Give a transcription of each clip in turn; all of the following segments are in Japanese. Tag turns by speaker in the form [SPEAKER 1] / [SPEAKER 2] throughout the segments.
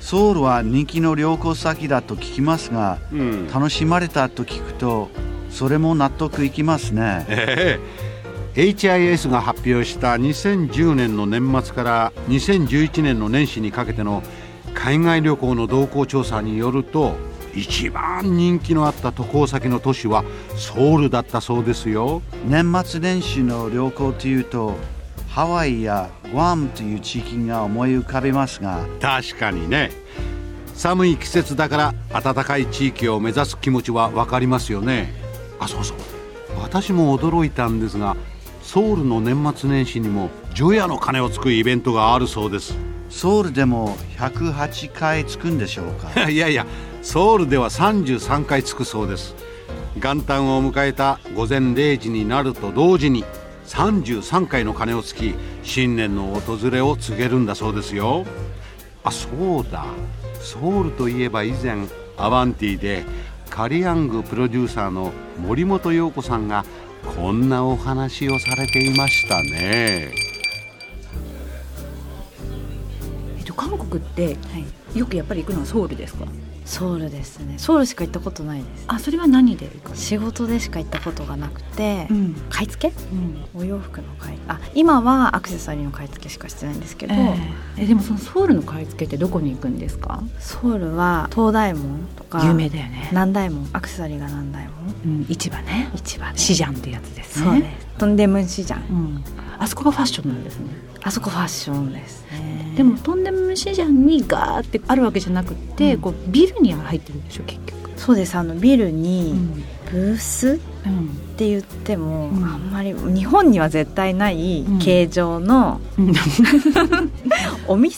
[SPEAKER 1] ソウルは人気の旅行先だと聞きますが、
[SPEAKER 2] うん
[SPEAKER 1] 楽しまれたと聞くと、それも納得いきますね。
[SPEAKER 2] ええ HIS が発表した2010年の年末から2011年の年始にかけての海外旅行の動向調査によると一番人気のあった渡航先の都市はソウルだったそうですよ
[SPEAKER 1] 年末年始の旅行というと、ハワイやグアムという地域が思い浮かべますが、
[SPEAKER 2] 確かにね寒い季節だから暖かい地域を目指す気持ちは分かりますよねあそうそう私も驚いたんですがソウルの年末年始にも除夜の鐘をつくイベントがあるそうです
[SPEAKER 1] ソウルでも108回つくんでしょう か。
[SPEAKER 2] いやいやソウルでは33回つくそうです元旦を迎えた午前0時になると同時に33回の鐘をつき新年の訪れを告げるんだそうですよあそうだソウルといえば以前アバンティでカリアングプロデューサーの森本陽子さんがこんなお話をされていましたね
[SPEAKER 3] えっと、韓国って
[SPEAKER 4] はい、
[SPEAKER 3] よくやっぱり行くのはソウルですか
[SPEAKER 4] ソウルですねソウルしか行ったことないです
[SPEAKER 3] あそれは何で行くの、
[SPEAKER 4] 仕事でしか行ったことがなくて、
[SPEAKER 3] ん
[SPEAKER 4] 買い付け
[SPEAKER 3] うん
[SPEAKER 4] お洋服の買いあ今はアクセサリーの買い付けしかしてないんですけ
[SPEAKER 3] え
[SPEAKER 4] ど、
[SPEAKER 3] えでもそのソウルの買い付けってどこに行くんですか
[SPEAKER 4] ソウルは東大門とか
[SPEAKER 3] 有名だよね、
[SPEAKER 4] 南大門アクセサリーが南大門
[SPEAKER 3] うん、市場ね
[SPEAKER 4] 市場で
[SPEAKER 3] シジャンってやつですね
[SPEAKER 4] そうですトンデムン市場
[SPEAKER 3] うん、あそこがファッションなんですね
[SPEAKER 4] あそこファッションですね
[SPEAKER 3] でもとんでも市場にガーってあるわけじゃなくって、
[SPEAKER 4] うん
[SPEAKER 3] こうビルには入ってるんでしょ結局、
[SPEAKER 4] そうですあのビル
[SPEAKER 3] う
[SPEAKER 4] に
[SPEAKER 3] ん
[SPEAKER 4] ブースって言っても、
[SPEAKER 3] うん
[SPEAKER 4] あんまり日本には絶対ない
[SPEAKER 3] うん
[SPEAKER 4] 形状の
[SPEAKER 3] うん、
[SPEAKER 4] お店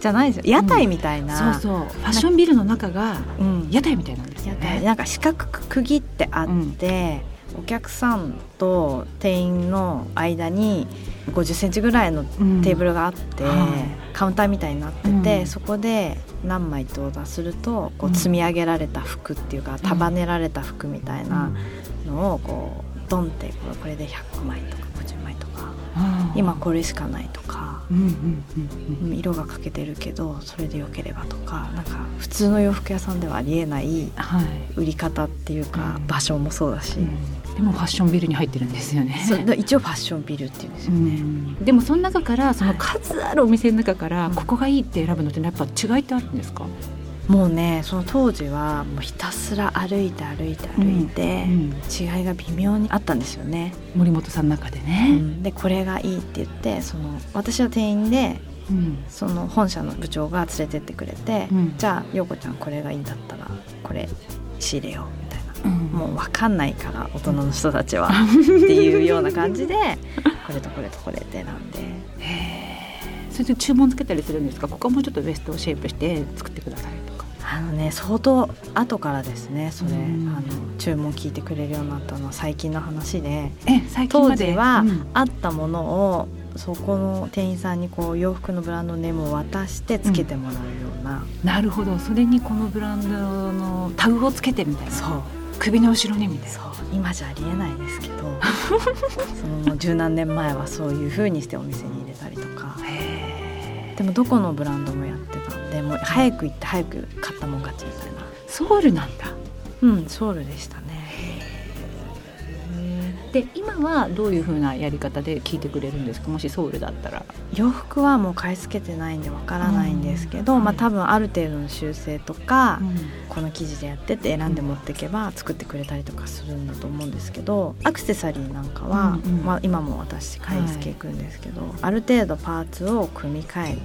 [SPEAKER 4] じゃないですよ屋台みたいな、
[SPEAKER 3] そうそうファッションビルの中が
[SPEAKER 4] うん
[SPEAKER 3] 屋台みたいなんですよ
[SPEAKER 4] 屋
[SPEAKER 3] ね
[SPEAKER 4] 台なんか四角く区切ってあって、お客さんと店員の間に5 0センチぐらいのテーブ
[SPEAKER 3] ル
[SPEAKER 4] ルがあって、
[SPEAKER 3] はい
[SPEAKER 4] カウンターみたいになってて、
[SPEAKER 3] うん
[SPEAKER 4] そこで何枚と出するとこ
[SPEAKER 3] うん
[SPEAKER 4] う積み上げられた服っていうか、束ねられた服みたいなのをこうドンってこれこれで100枚とか50枚とか今これしかないとか。
[SPEAKER 3] うんうんうんうん
[SPEAKER 4] うん色が欠けてるけどそれでよければとかなんか普通の洋服屋さんではありえない
[SPEAKER 3] はい、
[SPEAKER 4] 売り方っていうか、
[SPEAKER 3] うん
[SPEAKER 4] 場所もそうだし、
[SPEAKER 3] でもファッションビルに入ってるんですよね。
[SPEAKER 4] そうだ一応ファッションビルっていうんですよね、
[SPEAKER 3] ねでもその中からその数あるお店の中から
[SPEAKER 4] うん
[SPEAKER 3] ここがいいって選ぶのってやっぱ違いってあるんですか、
[SPEAKER 4] もうねその当時はもうひたすら歩いて歩いて歩いて、違いが微妙にあったんですよね、
[SPEAKER 3] 森本さんの中で
[SPEAKER 4] う
[SPEAKER 3] ね、
[SPEAKER 4] んでこれがいいって言ってその私は店員で
[SPEAKER 3] うん
[SPEAKER 4] その本社の部長が連れてってくれて、
[SPEAKER 3] うん
[SPEAKER 4] じゃあ陽子ちゃんこれがいいんだったらこれ仕入れようみたいな。
[SPEAKER 3] うん
[SPEAKER 4] もう分かんないから大人の人たちはっていうような感じでこれとこれとこれって選んで
[SPEAKER 3] それで注文つけたりするんですかここはもうちょっとウエストをシェイプして作ってくださいとか。
[SPEAKER 4] あのね相当後からですねそれ、
[SPEAKER 3] うん
[SPEAKER 4] あの注文聞いてくれるようになったのは最近の話で
[SPEAKER 3] え最近
[SPEAKER 4] 当
[SPEAKER 3] まで
[SPEAKER 4] 時は
[SPEAKER 3] うん
[SPEAKER 4] あったものをそこの店員さんにこう洋服のブランドネームを渡してつけてもらうような、
[SPEAKER 3] なるほどそれにこのブランドのタグをつけてみたいな
[SPEAKER 4] そう
[SPEAKER 3] 首の後ろにみたいな
[SPEAKER 4] そう今じゃありえないですけどそのもう十何年前はそういう風にしてお店に入れたりとかでもどこのブランドもやってたんでもう早く行って早く買ったもん勝ちみたいな
[SPEAKER 3] ソウルなんだ
[SPEAKER 4] うんソウルでしたね
[SPEAKER 3] で今はどういうふうなやり方で聞いてくれるんですかもしソウルだったら
[SPEAKER 4] 洋服はもう買い付けてないんでわからないんですけど、
[SPEAKER 3] うん
[SPEAKER 4] まあ多分ある程度の修正とか、
[SPEAKER 3] う
[SPEAKER 4] この生地でやってて選んで持ってけば作ってくれたりとかするんだと思うんですけどアクセサリーなんかは、
[SPEAKER 3] うんうん
[SPEAKER 4] まあ、今も私買い付け行くんですけど、ある程度パーツを組み替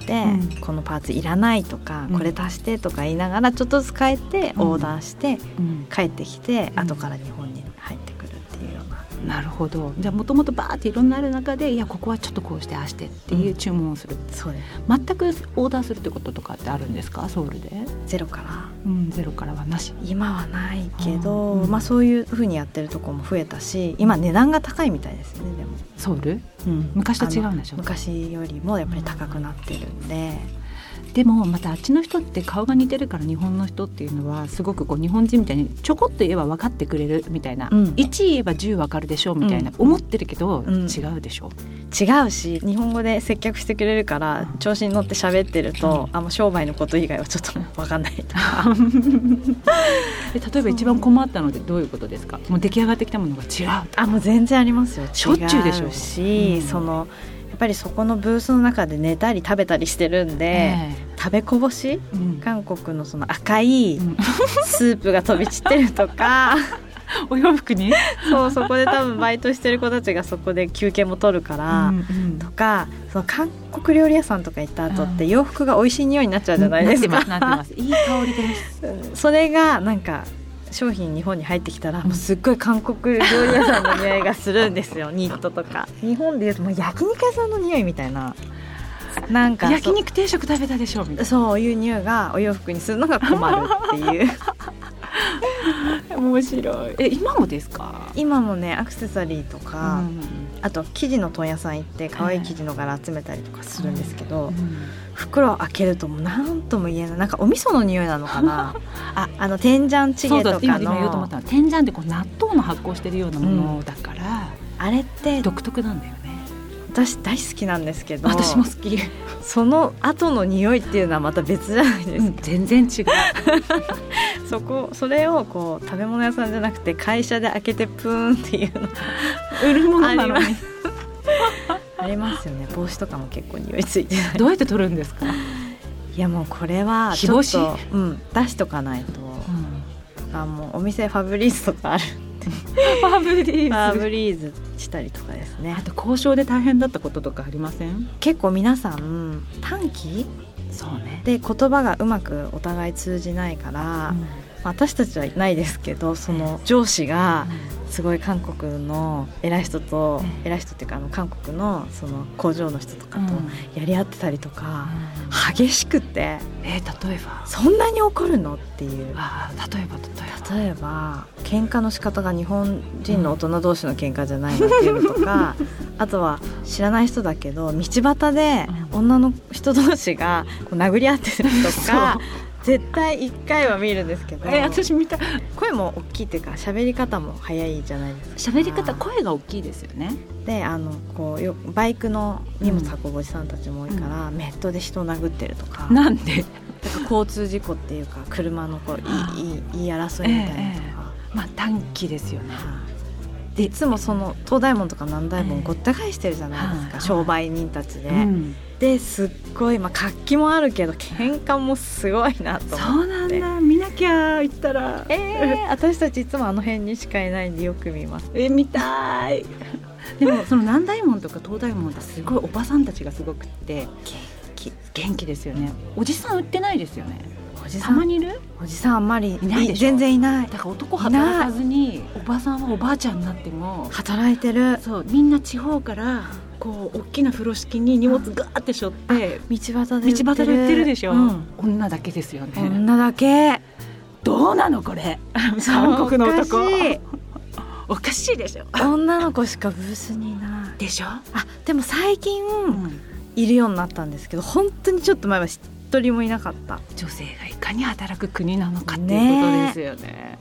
[SPEAKER 4] えて、このパーツいらないとか、
[SPEAKER 3] うん
[SPEAKER 4] これ足してとか言いながらちょっとずつ変えて
[SPEAKER 3] うん
[SPEAKER 4] オーダーして
[SPEAKER 3] ん
[SPEAKER 4] 帰ってきて、
[SPEAKER 3] うん
[SPEAKER 4] 後から日本に入ってくるっていうような。
[SPEAKER 3] なるほどじゃあもともとバーっていろんなある中でいやここはちょっとこうしてああしてっていう注文をする、
[SPEAKER 4] そうです
[SPEAKER 3] 全くオーダーするってこととかってあるんですかソウルで
[SPEAKER 4] ゼロから
[SPEAKER 3] うん、ゼロからはなし。
[SPEAKER 4] 今はないけど、
[SPEAKER 3] うん
[SPEAKER 4] まあ、そういうふうにやってるとこも増えたし今値段が高いみたいですねでも、
[SPEAKER 3] ソウル
[SPEAKER 4] うん
[SPEAKER 3] 昔と違うんでしょ
[SPEAKER 4] あの昔よりもやっぱり高くなってるんで、
[SPEAKER 3] でもまたあっちの人って顔が似てるから日本の人っていうのはすごくこう日本人みたいにちょこっと言えば分かってくれるみたいな、
[SPEAKER 4] うん
[SPEAKER 3] 1言えば10分かるでしょみたいな、思ってるけど、
[SPEAKER 4] うん
[SPEAKER 3] 違うでしょ、
[SPEAKER 4] 違うし日本語で接客してくれるから調子に乗って喋ってると、あもう商売のこと以外はちょっと分かんないとか
[SPEAKER 3] で例えば一番困ったのでどういうことですかもう出来上がってきたものが違う
[SPEAKER 4] あもう全然ありますよ
[SPEAKER 3] しょっちゅうでしょ
[SPEAKER 4] 違し、
[SPEAKER 3] うん
[SPEAKER 4] そのやっぱりそこのブースの中で寝たり食べたりしてるんで、食べこぼし
[SPEAKER 3] えうん
[SPEAKER 4] 韓国のその赤い
[SPEAKER 3] うん
[SPEAKER 4] スープが飛び散ってるとか
[SPEAKER 3] お洋服に、
[SPEAKER 4] そうそこで多分バイトしてる子たちがそこで休憩も取るから、
[SPEAKER 3] うんうん
[SPEAKER 4] とかその韓国料理屋さんとか行った後って
[SPEAKER 3] うん
[SPEAKER 4] 洋服が美味しい匂いになっちゃうじゃないです
[SPEAKER 3] なっ
[SPEAKER 4] か
[SPEAKER 3] てますなってますいい香りです
[SPEAKER 4] それがなんか商品日本に入ってきたらもうすっごい韓国料理屋さんの匂いがするんです よニットとか日本でいうともう焼肉屋さんの匂いみたいななんか
[SPEAKER 3] 焼肉定食食べたでしょみたい
[SPEAKER 4] そそういう匂いがお洋服にするのが困るって いう
[SPEAKER 3] な面白いえ今もですか、
[SPEAKER 4] 今もねアクセサリーとか、
[SPEAKER 3] うん
[SPEAKER 4] あと生地の問屋さん行って可愛い生地の柄集めたりとかするんですけど、
[SPEAKER 3] うん
[SPEAKER 4] 袋を開けるともう何とも言えないなんかお味噌の匂いなのか なああの天ジャンチ
[SPEAKER 3] そ
[SPEAKER 4] ゲ
[SPEAKER 3] うだ
[SPEAKER 4] と
[SPEAKER 3] 今
[SPEAKER 4] か
[SPEAKER 3] 今言おうと思っ
[SPEAKER 4] の
[SPEAKER 3] たの天山ってこう納豆の発酵してるようなものだから、
[SPEAKER 4] あれって
[SPEAKER 3] 独特なんだよね
[SPEAKER 4] 私大好きなんですけど
[SPEAKER 3] 私も好き、
[SPEAKER 4] その後の匂いっていうのはまた別じゃないですか、
[SPEAKER 3] 全然 違う
[SPEAKER 4] そこそれをこう食べ物屋さんじゃなくて会社で開けてプーンっていうの
[SPEAKER 3] 売るものな
[SPEAKER 4] あり
[SPEAKER 3] の
[SPEAKER 4] ま
[SPEAKER 3] に
[SPEAKER 4] ありますよね帽子とかも結構匂いついてない
[SPEAKER 3] どうやって取るんです か、
[SPEAKER 4] いやもうこれは
[SPEAKER 3] 日
[SPEAKER 4] ちょ
[SPEAKER 3] 干
[SPEAKER 4] っ
[SPEAKER 3] し
[SPEAKER 4] と、うん、出しとかないとあもうお店ファブリーズとかある
[SPEAKER 3] ファブリ
[SPEAKER 4] ファブ
[SPEAKER 3] ーズ
[SPEAKER 4] リーズしたりとかですね
[SPEAKER 3] あと交渉で大変だったこととかありません
[SPEAKER 4] 結構皆さん短期
[SPEAKER 3] そうね
[SPEAKER 4] で言葉がうまくお互い通じないから、
[SPEAKER 3] うん
[SPEAKER 4] 私たちはないですけどその上司がすごい韓国の偉い人と偉い人っていうかあの韓国のその工場の人とか
[SPEAKER 3] うん
[SPEAKER 4] とやり合ってたりとか、激しくて
[SPEAKER 3] えー例えば
[SPEAKER 4] そんなに怒るのっていう
[SPEAKER 3] あー例えば例えば
[SPEAKER 4] 例えば喧嘩の仕方が日本人の大人同士の喧嘩じゃないなっていうのとかあとは知らない人だけど道端で女の人同士がこう殴り合ってるとか絶対1回は見るんですけど
[SPEAKER 3] え私見た
[SPEAKER 4] 声も大きいっていうか喋り方も早いじゃないですか。
[SPEAKER 3] 喋り方声が大きいですよね
[SPEAKER 4] であのこうよバイクの荷物運ぶおじさんたちも多いから、メットで人を殴ってるとか
[SPEAKER 3] なんで
[SPEAKER 4] 交通事故っていうか車のこういいいい言い争いみたいなとか。
[SPEAKER 3] まあ短期ですよね
[SPEAKER 4] でいつもその東大門とか南大門ごった返してるじゃないですか、
[SPEAKER 3] はい
[SPEAKER 4] 商売人たちで、
[SPEAKER 3] うん
[SPEAKER 4] ですっごい、まあ、活気もあるけど喧嘩もすごいなと
[SPEAKER 3] そ
[SPEAKER 4] 思って
[SPEAKER 3] うなんだ見なきゃ行ったら
[SPEAKER 4] えー、私たちいつもあの辺にしかいないんでよく見ます
[SPEAKER 3] え見たい でもその南大門とか東大門ってすごいおばさんたちがすごくって元気元気ですよねおじさん売ってないですよね
[SPEAKER 4] おじさ
[SPEAKER 3] たま
[SPEAKER 4] ん
[SPEAKER 3] にいる
[SPEAKER 4] おじさんあんまり
[SPEAKER 3] いないでしょ
[SPEAKER 4] 全然いない
[SPEAKER 3] だから男働かずにおばさんはおばあちゃんになっても
[SPEAKER 4] 働いてる
[SPEAKER 3] そうみんな地方からこう大きな風呂敷に荷物ガーってしょって
[SPEAKER 4] 道端で
[SPEAKER 3] 道端で売ってるでしょ、
[SPEAKER 4] うん
[SPEAKER 3] 女だけですよね
[SPEAKER 4] 女だけ
[SPEAKER 3] どうなのこ れ韓国の
[SPEAKER 4] そ
[SPEAKER 3] 男
[SPEAKER 4] うおかしい
[SPEAKER 3] おかしいでしょ
[SPEAKER 4] 女の子しかブースにいない
[SPEAKER 3] でしょ、
[SPEAKER 4] あでも最近、いるようになったんですけど本当にちょっと前は一人もいなかった
[SPEAKER 3] 女性がいかに働く国なのかっていうことですよね。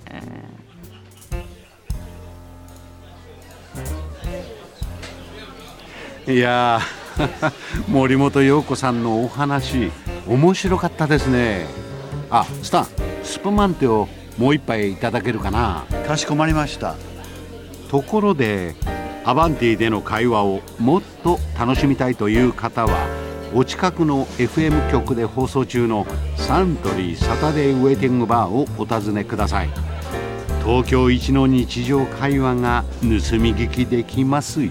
[SPEAKER 2] いやー 森本陽子さんのお話面白かったですねあスタンスプマンテをもう一杯いただけるかな
[SPEAKER 1] かしこまりました。
[SPEAKER 2] ところでアバンティでの会話をもっと楽しみたいという方はお近くの FM 局で放送中のサントリーサタデーウェイティングバーをお尋ねください東京一の日常会話が盗み聞きできますよ